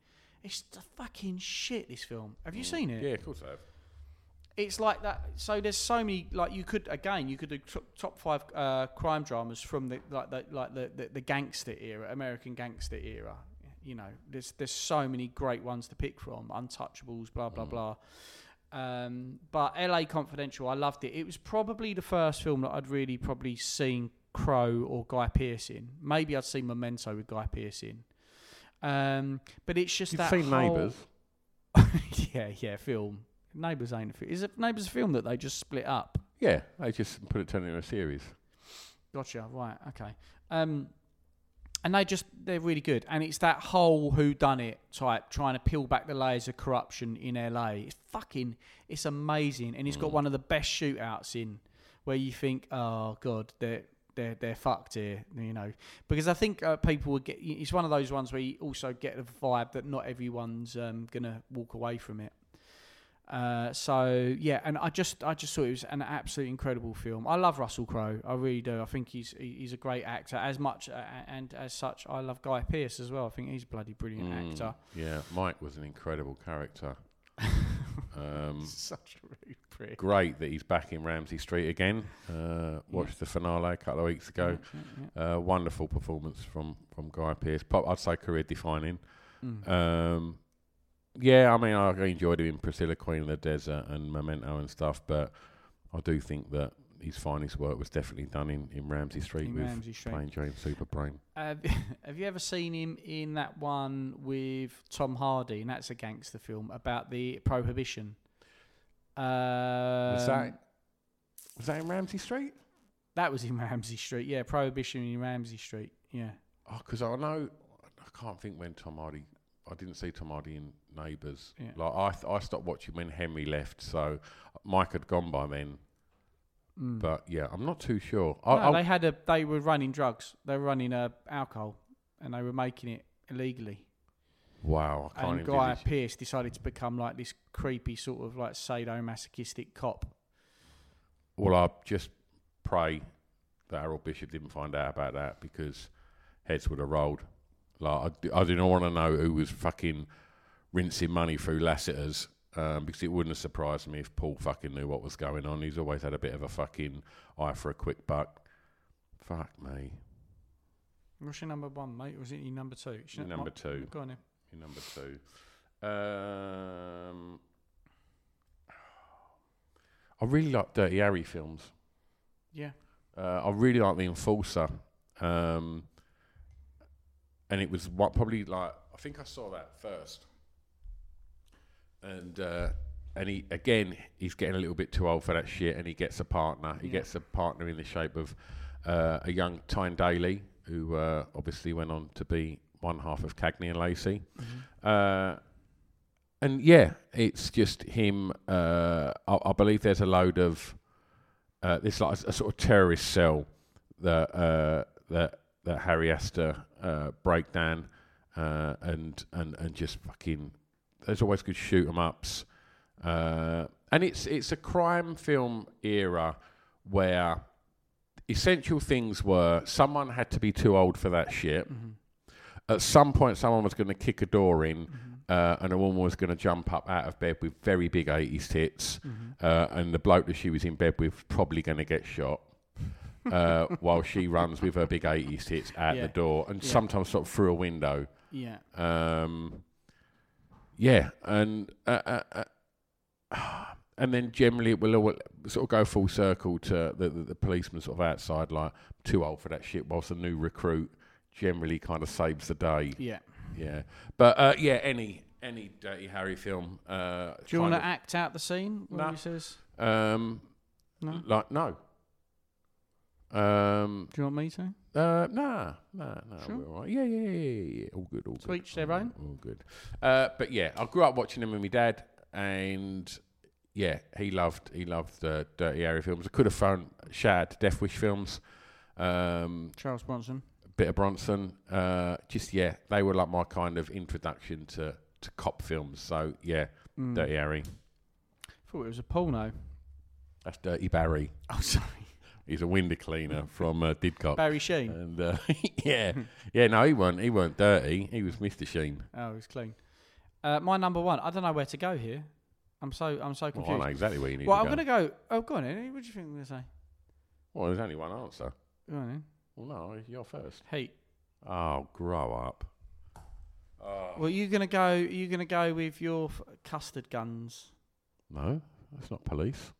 D: It's the fucking shit. This film. Have you seen it?
B: Yeah, of course I have.
D: it's like that. So there's so many like you could again you could do top, top five uh, crime dramas from the like the like the, the, the gangster era, American gangster era. You know, there's there's so many great ones to pick from. Untouchables, blah
B: Mm.
D: blah blah. Um, but L.A. Confidential, I loved it. It was probably the first film that I'd really probably seen Crow or Guy Pearce in. Maybe I'd seen Memento with Guy Pearce in. Um, but it's just
B: You've
D: that
B: seen
D: whole-
B: Neighbours?
D: <laughs> yeah, yeah, film. Neighbours ain't a film. Is it Neighbours a film that they just split up?
B: Yeah, they just put it turned into a series.
D: Gotcha. Right. Okay. Um, and they just they're really good. And it's that whole who done it type trying to peel back the layers of corruption in LA. It's fucking it's amazing, and it's got one of the best shootouts in where you think, oh god, they're they're they're fucked here, you know. Because I think uh, people would get. It's one of those ones where you also get the vibe that not everyone's um, gonna walk away from it. Uh, so yeah, and I just I just thought it was an absolutely incredible film. I love Russell Crowe, I really do. I think he's he- he's a great actor. As much uh, and as such, I love Guy Pearce as well. I think he's a bloody brilliant
B: Mm,
D: actor.
B: Yeah, Mike was an incredible character. um,
D: <laughs> Such a rude prick.
B: great that he's back in Ramsey Street again. Uh, watched the finale a couple of weeks ago. Uh, wonderful performance from from Guy Pearce. Pop, I'd say career defining.
D: Mm.
B: Um, yeah, I mean, I enjoyed him in Priscilla, Queen of the Desert, and Memento and stuff, but I do think that his finest work was definitely done in, in Ramsey Street
D: In
B: with
D: Ramsey Street.
B: playing James Superbrain.
D: Have, <laughs> have you ever seen him in that one with Tom Hardy? And that's a gangster film about the prohibition. Um,
B: was that was that in Ramsey Street?
D: that was in <laughs> Ramsey Street. Yeah, prohibition in Ramsey Street. Yeah.
B: Oh, because I know I can't think when Tom Hardy. I didn't see Tom Hardy in Neighbours.
D: Yeah.
B: Like I, th- I stopped watching when Henry left, so Mike had gone by then.
D: Mm.
B: But yeah, I'm not too sure.
D: No,
B: I, I,
D: they had a. They were running drugs. They were running uh, alcohol, and they were making it illegally.
B: wow, I can't
D: And
B: even.
D: Guy Pearce decided to become like this creepy sort of like sadomasochistic cop.
B: Well, I just pray that Harold Bishop didn't find out about that because heads would have rolled. Like I, d- I do not want to know who was fucking rinsing money through Lassiter's um, because it wouldn't have surprised me if Paul fucking knew what was going on. He's always had a bit of a fucking eye for a quick buck. Fuck me.
D: What's your number one, mate? Or was it your number two? It's your-
B: Number
D: my-
B: two.
D: Go on then.
B: Your number two. Um, <sighs> I really like Dirty Harry films.
D: Yeah.
B: Uh, I really like the Enforcer, um, and it was what probably like I think I saw that first, and uh, and he again he's getting a little bit too old for that shit, and he gets a partner. He
D: Yeah.
B: gets a partner in the shape of uh, a young Tyne Daly, who uh, obviously went on to be one half of Cagney and Lacey. Uh, and yeah, it's just him. Uh, I, I believe there's a load of uh, this like a, sort of terrorist cell that uh, that that Harry has to uh, break down uh, and and and just fucking. There's always good shoot 'em ups, uh, and it's it's a crime film era where essential things were someone
D: Mm-hmm. Mm-hmm.
B: had to be too old for that shit. At some point, someone was going to kick a door in, Uh, and a woman was going to jump up out of bed with very big 80s tits,
D: Mm-hmm.
B: uh, and the bloke that she was in bed with probably going to get shot
D: <laughs>
B: uh, while she runs with her big 80s tits out
D: Yeah.
B: the door and
D: Yeah.
B: sometimes sort of through a window.
D: Yeah.
B: Um, yeah, and uh, uh, uh, <sighs> and then generally it will all sort of go full circle to the, the, the policeman sort of outside, like too old for that shit. Whilst the new recruit generally kind of saves the day.
D: Yeah.
B: yeah. But uh, yeah, any any Dirty Harry film. Uh,
D: Do you want
B: kind
D: to act out the scene where
B: No.
D: he says,
B: of- Um,
D: No?
B: like no. Um,
D: Do you want me to?
B: uh, nah, nah, nah.
D: Sure.
B: We're all right. Yeah, yeah, yeah, yeah, yeah. All good, all
D: To each their own.
B: all good. Uh, but yeah, I grew up watching him with my dad, and yeah, he loved he loved uh, Dirty Harry films. I could have found Shad Death Wish films, um,
D: Charles Bronson?
B: bit of Bronson. Uh, just yeah, they were like my kind of introduction to to cop films. So yeah,
D: Mm.
B: Dirty Harry.
D: thought it was a porno.
B: That's Dirty Barry.
D: Oh, <laughs> sorry.
B: He's a window cleaner from uh, Didcot.
D: Barry Sheen.
B: And uh, <laughs> yeah, yeah, no, he weren't. He weren't dirty. He was Mister Sheen.
D: Oh, it's clean. Uh, my number one. I don't know where to go here. I'm so I'm so
B: Well,
D: confused.
B: I know exactly where you need
D: Well, I'm
B: to go.
D: gonna go. Oh, go on. Eddie. What do you think I'm gonna say?
B: Well, there's only one answer.
D: Go on. Then.
B: Well, no, you're first.
D: Heat.
B: Oh, grow up. Uh.
D: Well, you gonna go? Are you gonna go with your f- custard guns?
B: No, that's not police.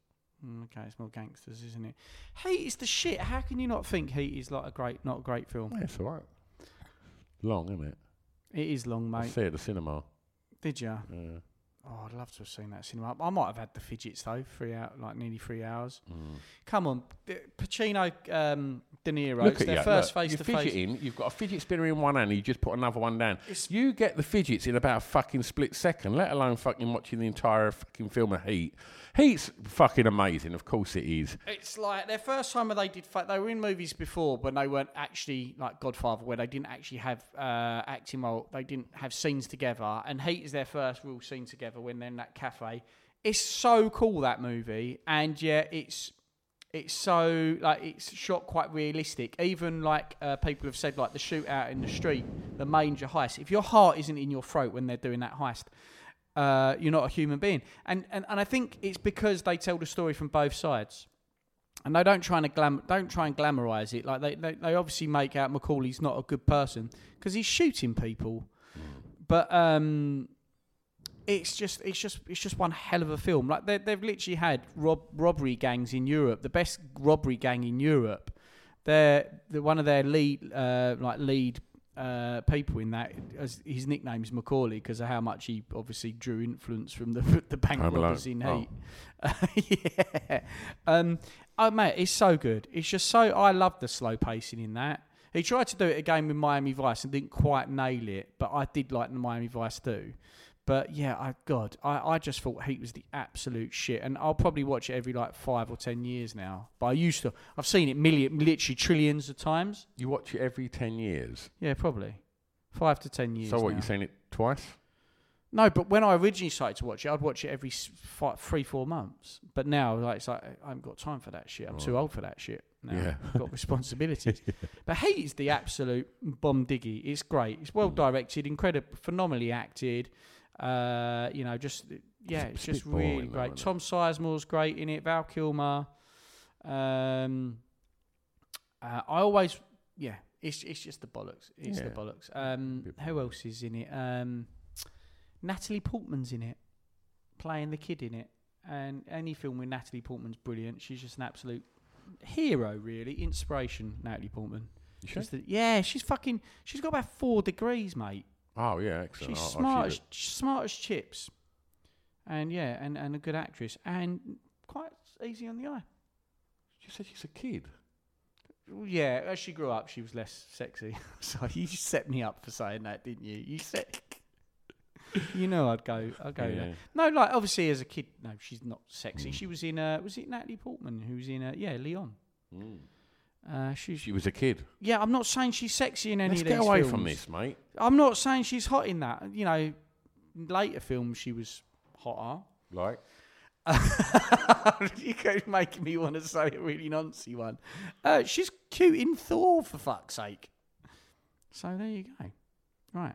D: Mm, okay, it's more gangsters, isn't it? Heat is the shit. How can you not think Heat is like a great, not a great film?
B: Oh, Yeah, it's all right. Long, isn't it?
D: It is long,
B: I
D: mate.
B: see it at the cinema.
D: Did you?
B: Yeah.
D: Oh, I'd love to have seen that cinema. I might have had the fidgets though. Three out, like nearly three hours.
B: Mm.
D: Come on, D- Pacino, um, De Niro.
B: Look
D: it's
B: at
D: their
B: you.
D: first
B: Look,
D: face to
B: you're
D: face.
B: fidgeting. You've got a fidget spinner in one hand. and You just put another one down. you get the fidgets in about a fucking split second. Let alone fucking watching the entire fucking film of Heat. Heat's fucking amazing. Of course it is.
D: It's like their first time where they did. Fa- they were in movies before, but they weren't actually like Godfather, where they didn't actually have uh, acting role. They didn't have scenes together, and Heat is their first real scene together when they're in that cafe. It's so cool that movie, and yeah, it's it's so like it's shot quite realistic. Even like uh, people have said, like the shootout in the street, the manger heist. If your heart isn't in your throat when they're doing that heist, uh, you're not a human being. And, and and I think it's because they tell the story from both sides and they don't try and glam- don't try and glamorize it. Like they, they, they obviously make out Macaulay's not a good person because he's shooting people, but um, it's just it's just it's just one hell of a film. Like they, they've literally had rob- robbery gangs in Europe, the best robbery gang in Europe. They're the one of their lead uh, like lead. Uh, people in that as his nickname is Macaulay because of how much he obviously drew influence from the <laughs> the bank
B: Home Alone.
D: robbers in
B: Oh.
D: Heat. <laughs> yeah. Um, oh, mate, it's so good. It's just so. I love the slow pacing in that. He tried to do it again with Miami Vice and didn't quite nail it, but I did like the Miami Vice do. But yeah, I God, I, I just thought Heat was the absolute shit, and I'll probably watch it every like five or ten years now. But I used to, I've seen it million, literally trillions of times.
B: You watch it every ten years.
D: Yeah, probably five to ten years.
B: so what?
D: now.
B: You've seen it twice?
D: No, but when I originally started to watch it, I'd watch it every s- fi three, four months. But now, like, it's like I haven't got time for that shit. I'm too old for that shit. Now.
B: Yeah.
D: I've
B: <laughs>
D: got responsibilities. But Heat is the absolute bomb diggy. It's great. It's
B: Mm.
D: well directed, incredible, phenomenally acted. Uh, you know, just yeah, it's
B: It's a
D: just
B: bit boring
D: really
B: though,
D: great.
B: isn't it?
D: Tom Sizemore's great in it. Val Kilmer. Um, uh, I always yeah. It's it's just the bollocks. It's the
B: Yeah.
D: bollocks. Um,
B: Bit
D: who else is in it? Um, Natalie Portman's in it, playing the kid in it. And any film with Natalie Portman's brilliant. She's just an absolute hero, really. Inspiration, Natalie Portman.
B: You
D: She's the- yeah, she's fucking. She's got about four degrees, mate.
B: Oh yeah, excellent.
D: she's
B: I- I
D: smart, as,
B: feel
D: she's smart as chips. And yeah, and, and a good actress, and quite easy on the eye.
B: it. You said she's a kid.
D: Yeah, as she grew up, she was less sexy. <laughs> Sorry, you set me up for saying that, didn't you?
B: <laughs>
D: You set. you know, I'd go. I'd go. with
B: Yeah.
D: that.
B: Hmm.
D: No, like obviously as a kid, no, she's not sexy. She was in. Uh, was it Natalie Portman who was in? Uh, yeah, Leon. Uh, she's.
B: Hmm. She was a kid.
D: yeah, I'm not saying she's sexy in any
B: Let's
D: of these
B: get away
D: films.
B: from this, mate.
D: I'm not saying she's hot in that. You know, later films she was hotter.
B: Like,
D: <laughs> you could make me want to say a really noncy one. Uh, she's cute in Thor, for fuck's sake. So there you go. Right.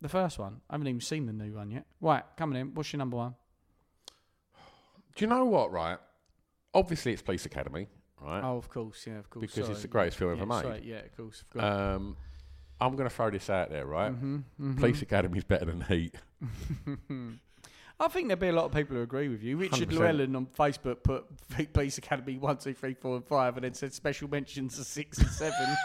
D: The first one. I haven't even seen the new one yet. Right, coming in. What's your number one?
B: Do you know what, right? Obviously, it's Police Academy, right?
D: Oh, of course, yeah, of course.
B: Uh, Because
D: sorry,
B: it's the greatest
D: yeah,
B: film
D: yeah,
B: ever made.
D: sorry, yeah, of course. forgot.
B: Um, I'm going to throw this out there, right?
D: Mhm, mhm.
B: Police Academy's better than Heat. <laughs>
D: Hmm. I think there'd be a lot of people who agree with you. Richard
B: 100%.
D: Llewellyn on Facebook put <laughs> F- Police Academy 1, 2, 3, 4, and 5 and then said special mentions are 6
B: <laughs>
D: and 7.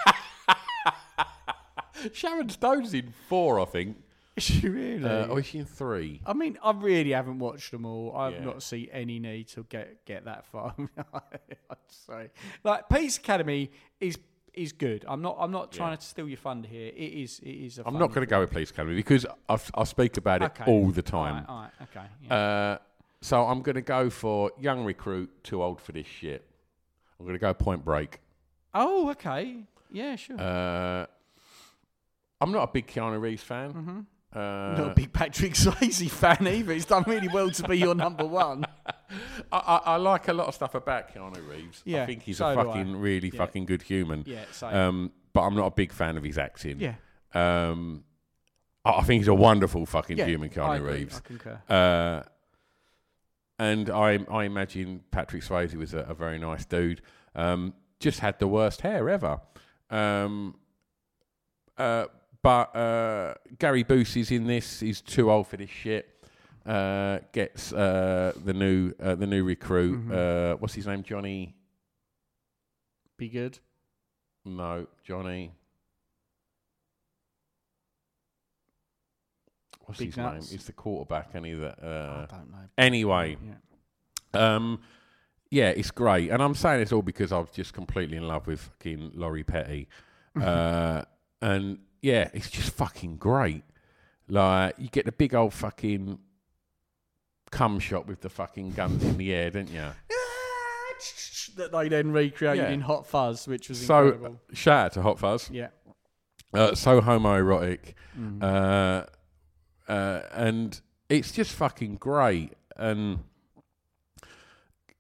B: Sharon Stone's in four, I think.
D: Is she really?
B: Uh, oh, is she in three?
D: I mean, I really haven't watched them all. I've
B: Yeah.
D: not seen any need to get get that far. <laughs> I'm sorry. Like Police Academy is is good. I'm not I'm not trying to steal your thunder here. It is it is a
B: I'm not
D: fun
B: going to go with Police Academy because I've, I speak about it
D: Okay.
B: all the time.
D: All right, all right, okay,
B: Uh, so I'm going to go for young recruit, too old for this shit. I'm going to go Point Break.
D: Oh, okay. Yeah, sure.
B: Uh, I'm not a big Keanu Reeves fan. Uh,
D: Mm-hmm. not a big Patrick <laughs> Swayze fan either. He's done really well to be your number
B: <laughs>
D: one.
B: I, I, I like a lot of stuff about Keanu Reeves. I
D: Yeah,
B: think he's
D: so
B: a
D: do I.
B: fucking really
D: Yeah.
B: fucking good human.
D: Yeah, same.
B: um, but I'm not a big fan of his acting.
D: Yeah.
B: Um, I I think he's a wonderful fucking
D: Yeah,
B: human, Keanu
D: I agree,
B: Reeves.
D: I concur.
B: Uh, and I, I imagine Patrick Swayze was a, a very nice dude. Um, just had the worst hair ever. Um, uh, but uh, Gary Busey's in this. He's too old for this shit. Uh, gets uh, the new uh, the new recruit.
D: Mm-hmm.
B: Uh, what's his name? Johnny?
D: Be good.
B: No, Johnny. What's
D: Big
B: his
D: nuts. Oh,
B: name? It's the quarterback. Any that? Uh,
D: I don't know.
B: Anyway, yeah. um, yeah, it's great, and I'm saying it's all because I was just completely in love with fucking Laurie Petty,
D: <laughs>
B: uh, and yeah, it's just fucking great. Like you get the big old fucking cum shot with the fucking guns in the air, don't you?
D: <laughs> That they then recreated
B: Yeah.
D: in Hot Fuzz, which was
B: so
D: incredible.
B: shout out to Hot Fuzz.
D: Yeah.
B: Uh, so homoerotic,
D: Mm-hmm.
B: uh, uh, and it's just fucking great. And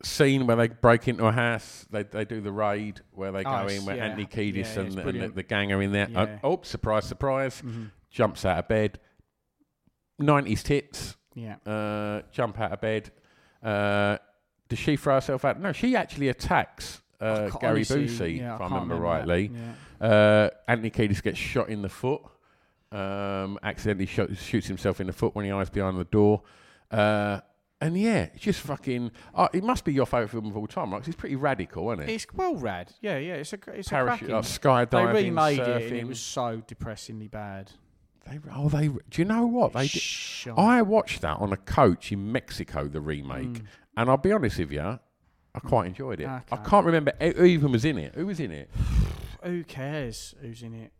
B: scene where they break into a house, they they do the raid where they go
D: Oh,
B: in where
D: yeah.
B: Anthony Kiedis
D: Yeah,
B: and,
D: yeah, it's
B: the, and the,
D: brilliant.
B: the gang are in there. Uh,
D: Yeah. Mm-hmm.
B: oh, surprise, surprise! Jumps out of bed. Nineties tits.
D: Yeah.
B: Uh, jump out of bed. Uh, does she throw herself out? No, she actually attacks uh,
D: can't-
B: Gary
D: honestly,
B: Busey,
D: yeah, I
B: if I
D: can't
B: remember
D: remember that.
B: rightly.
D: Yeah.
B: Uh, Anthony Kiedis gets shot in the foot. Um, accidentally shot, shoots himself in the foot when he eyes behind the door. Uh, and yeah, it's just fucking. Uh, it must be your favourite film of all time, right? 'Cause it's pretty radical, isn't it?
D: It's well rad. Yeah, yeah. It's a cr- it's
B: Parachute,
D: a
B: like
D: cracking.
B: skydiving,
D: they remade it, and it
B: surfing.
D: was so depressingly bad.
B: They, oh, they. Do you know what they? Did? I watched that on a coach in Mexico, the remake, and I'll be honest with you, I quite enjoyed it. I
D: Mm. Okay.
B: can't remember e- who even was in it. Who was in it?
D: Who cares who's in it?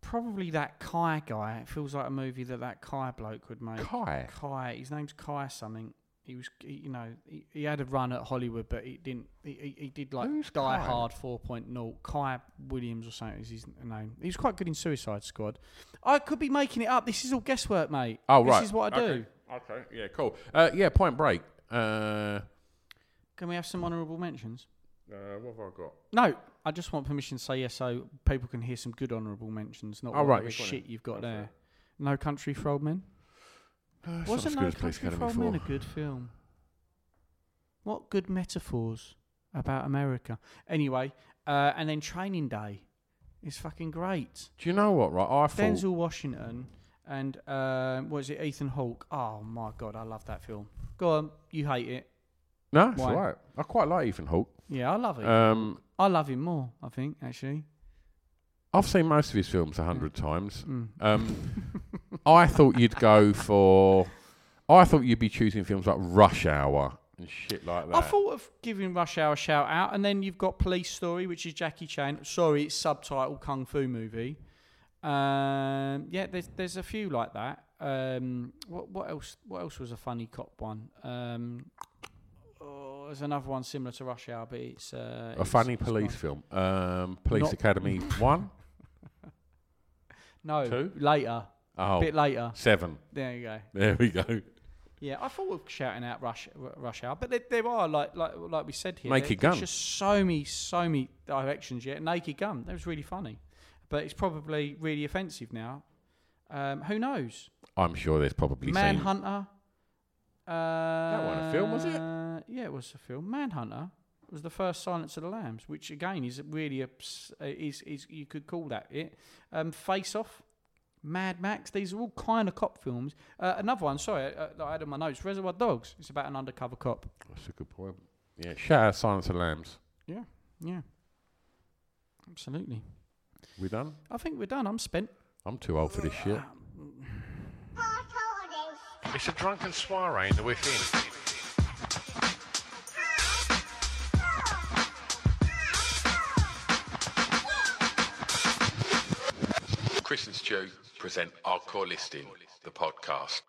D: Probably that Kai guy. It feels like a movie that that Kai bloke would make.
B: Kai?
D: Kai. His name's Kai something. He was, he, you know, he, he had a run at Hollywood, but he didn't. He, he, he did like
B: Who's
D: Die
B: Kai?
D: Hard 4.0. Kai Williams or something is his name. He was quite good in Suicide Squad. I could be making it up. This is all guesswork, mate.
B: Oh, right.
D: This is what I do.
B: Okay. Okay. Yeah. Cool. Uh, yeah. Point Break. Uh,
D: Can we have some honourable mentions?
B: Uh, what have I got?
D: No, I just want permission to say yes so people can hear some good honourable mentions, not
B: Oh,
D: all
B: right,
D: the
B: yeah, go on
D: shit
B: then.
D: you've got
B: Go for
D: there. No Country for Old Men.
B: Uh, it's
D: Wasn't
B: not
D: No
B: as good as Police
D: Country for
B: Academy
D: Old Men a
B: 4.
D: good film? What good metaphors about America? Anyway, uh, and then Training Day is fucking great.
B: Do you know what? Right. I thought.
D: Denzel Washington and um what is it? Ethan Hawke. Oh my god, I love that film. Go on, you hate it.
B: No, it's
D: Why?
B: all right. I quite like Ethan Hawke.
D: Yeah, I love it.
B: Um,
D: I love him more. I think actually.
B: I've seen most of his films a hundred
D: Mm.
B: times.
D: <laughs>
B: Um, I thought you'd go for. I thought you'd be choosing films like Rush Hour and shit like that.
D: I thought of giving Rush Hour a shout out, and then you've got Police Story, which is Jackie Chan. Sorry, it's subtitle Kung Fu movie. Um, yeah, there's there's a few like that. Um, what what else? What else was a funny cop one? Um, oh, there's another one similar to Rush Hour, but it's uh,
B: a
D: it's-
B: funny
D: it's
B: police
D: not-
B: film. Um, police
D: Not- <laughs>
B: Academy one.
D: No,
B: Two?
D: later.
B: Oh.
D: A bit later.
B: Seven.
D: There you go.
B: There we go.
D: Yeah, I thought we were shouting out rush R- rush hour, but there, there are like like like we said here,
B: Naked Gun.
D: there- There's just so many so many directions. Yeah, Naked Gun. That was really funny, but it's probably really offensive now. Um, who knows?
B: I'm sure there's probably seen
D: Manhunter. Uh,
B: that wasn't a film, was it?
D: Yeah, it was a film. Manhunter was the first Silence of the Lambs, which again is really a ps- uh, is is you could call that it. Um, Face Off, Mad Max. These are all kind of cop films. Uh, another one, sorry, uh, that I had in my notes. Reservoir Dogs. It's about an undercover cop.
B: That's a good point. Yeah, shout out Silence of the Lambs.
D: Yeah, yeah, absolutely.
B: We done?
D: I think we're done. I'm spent.
B: I'm too old for this shit.
C: It's a drunken soiree in the within. Chris and Stu present Our Core Listing, the podcast.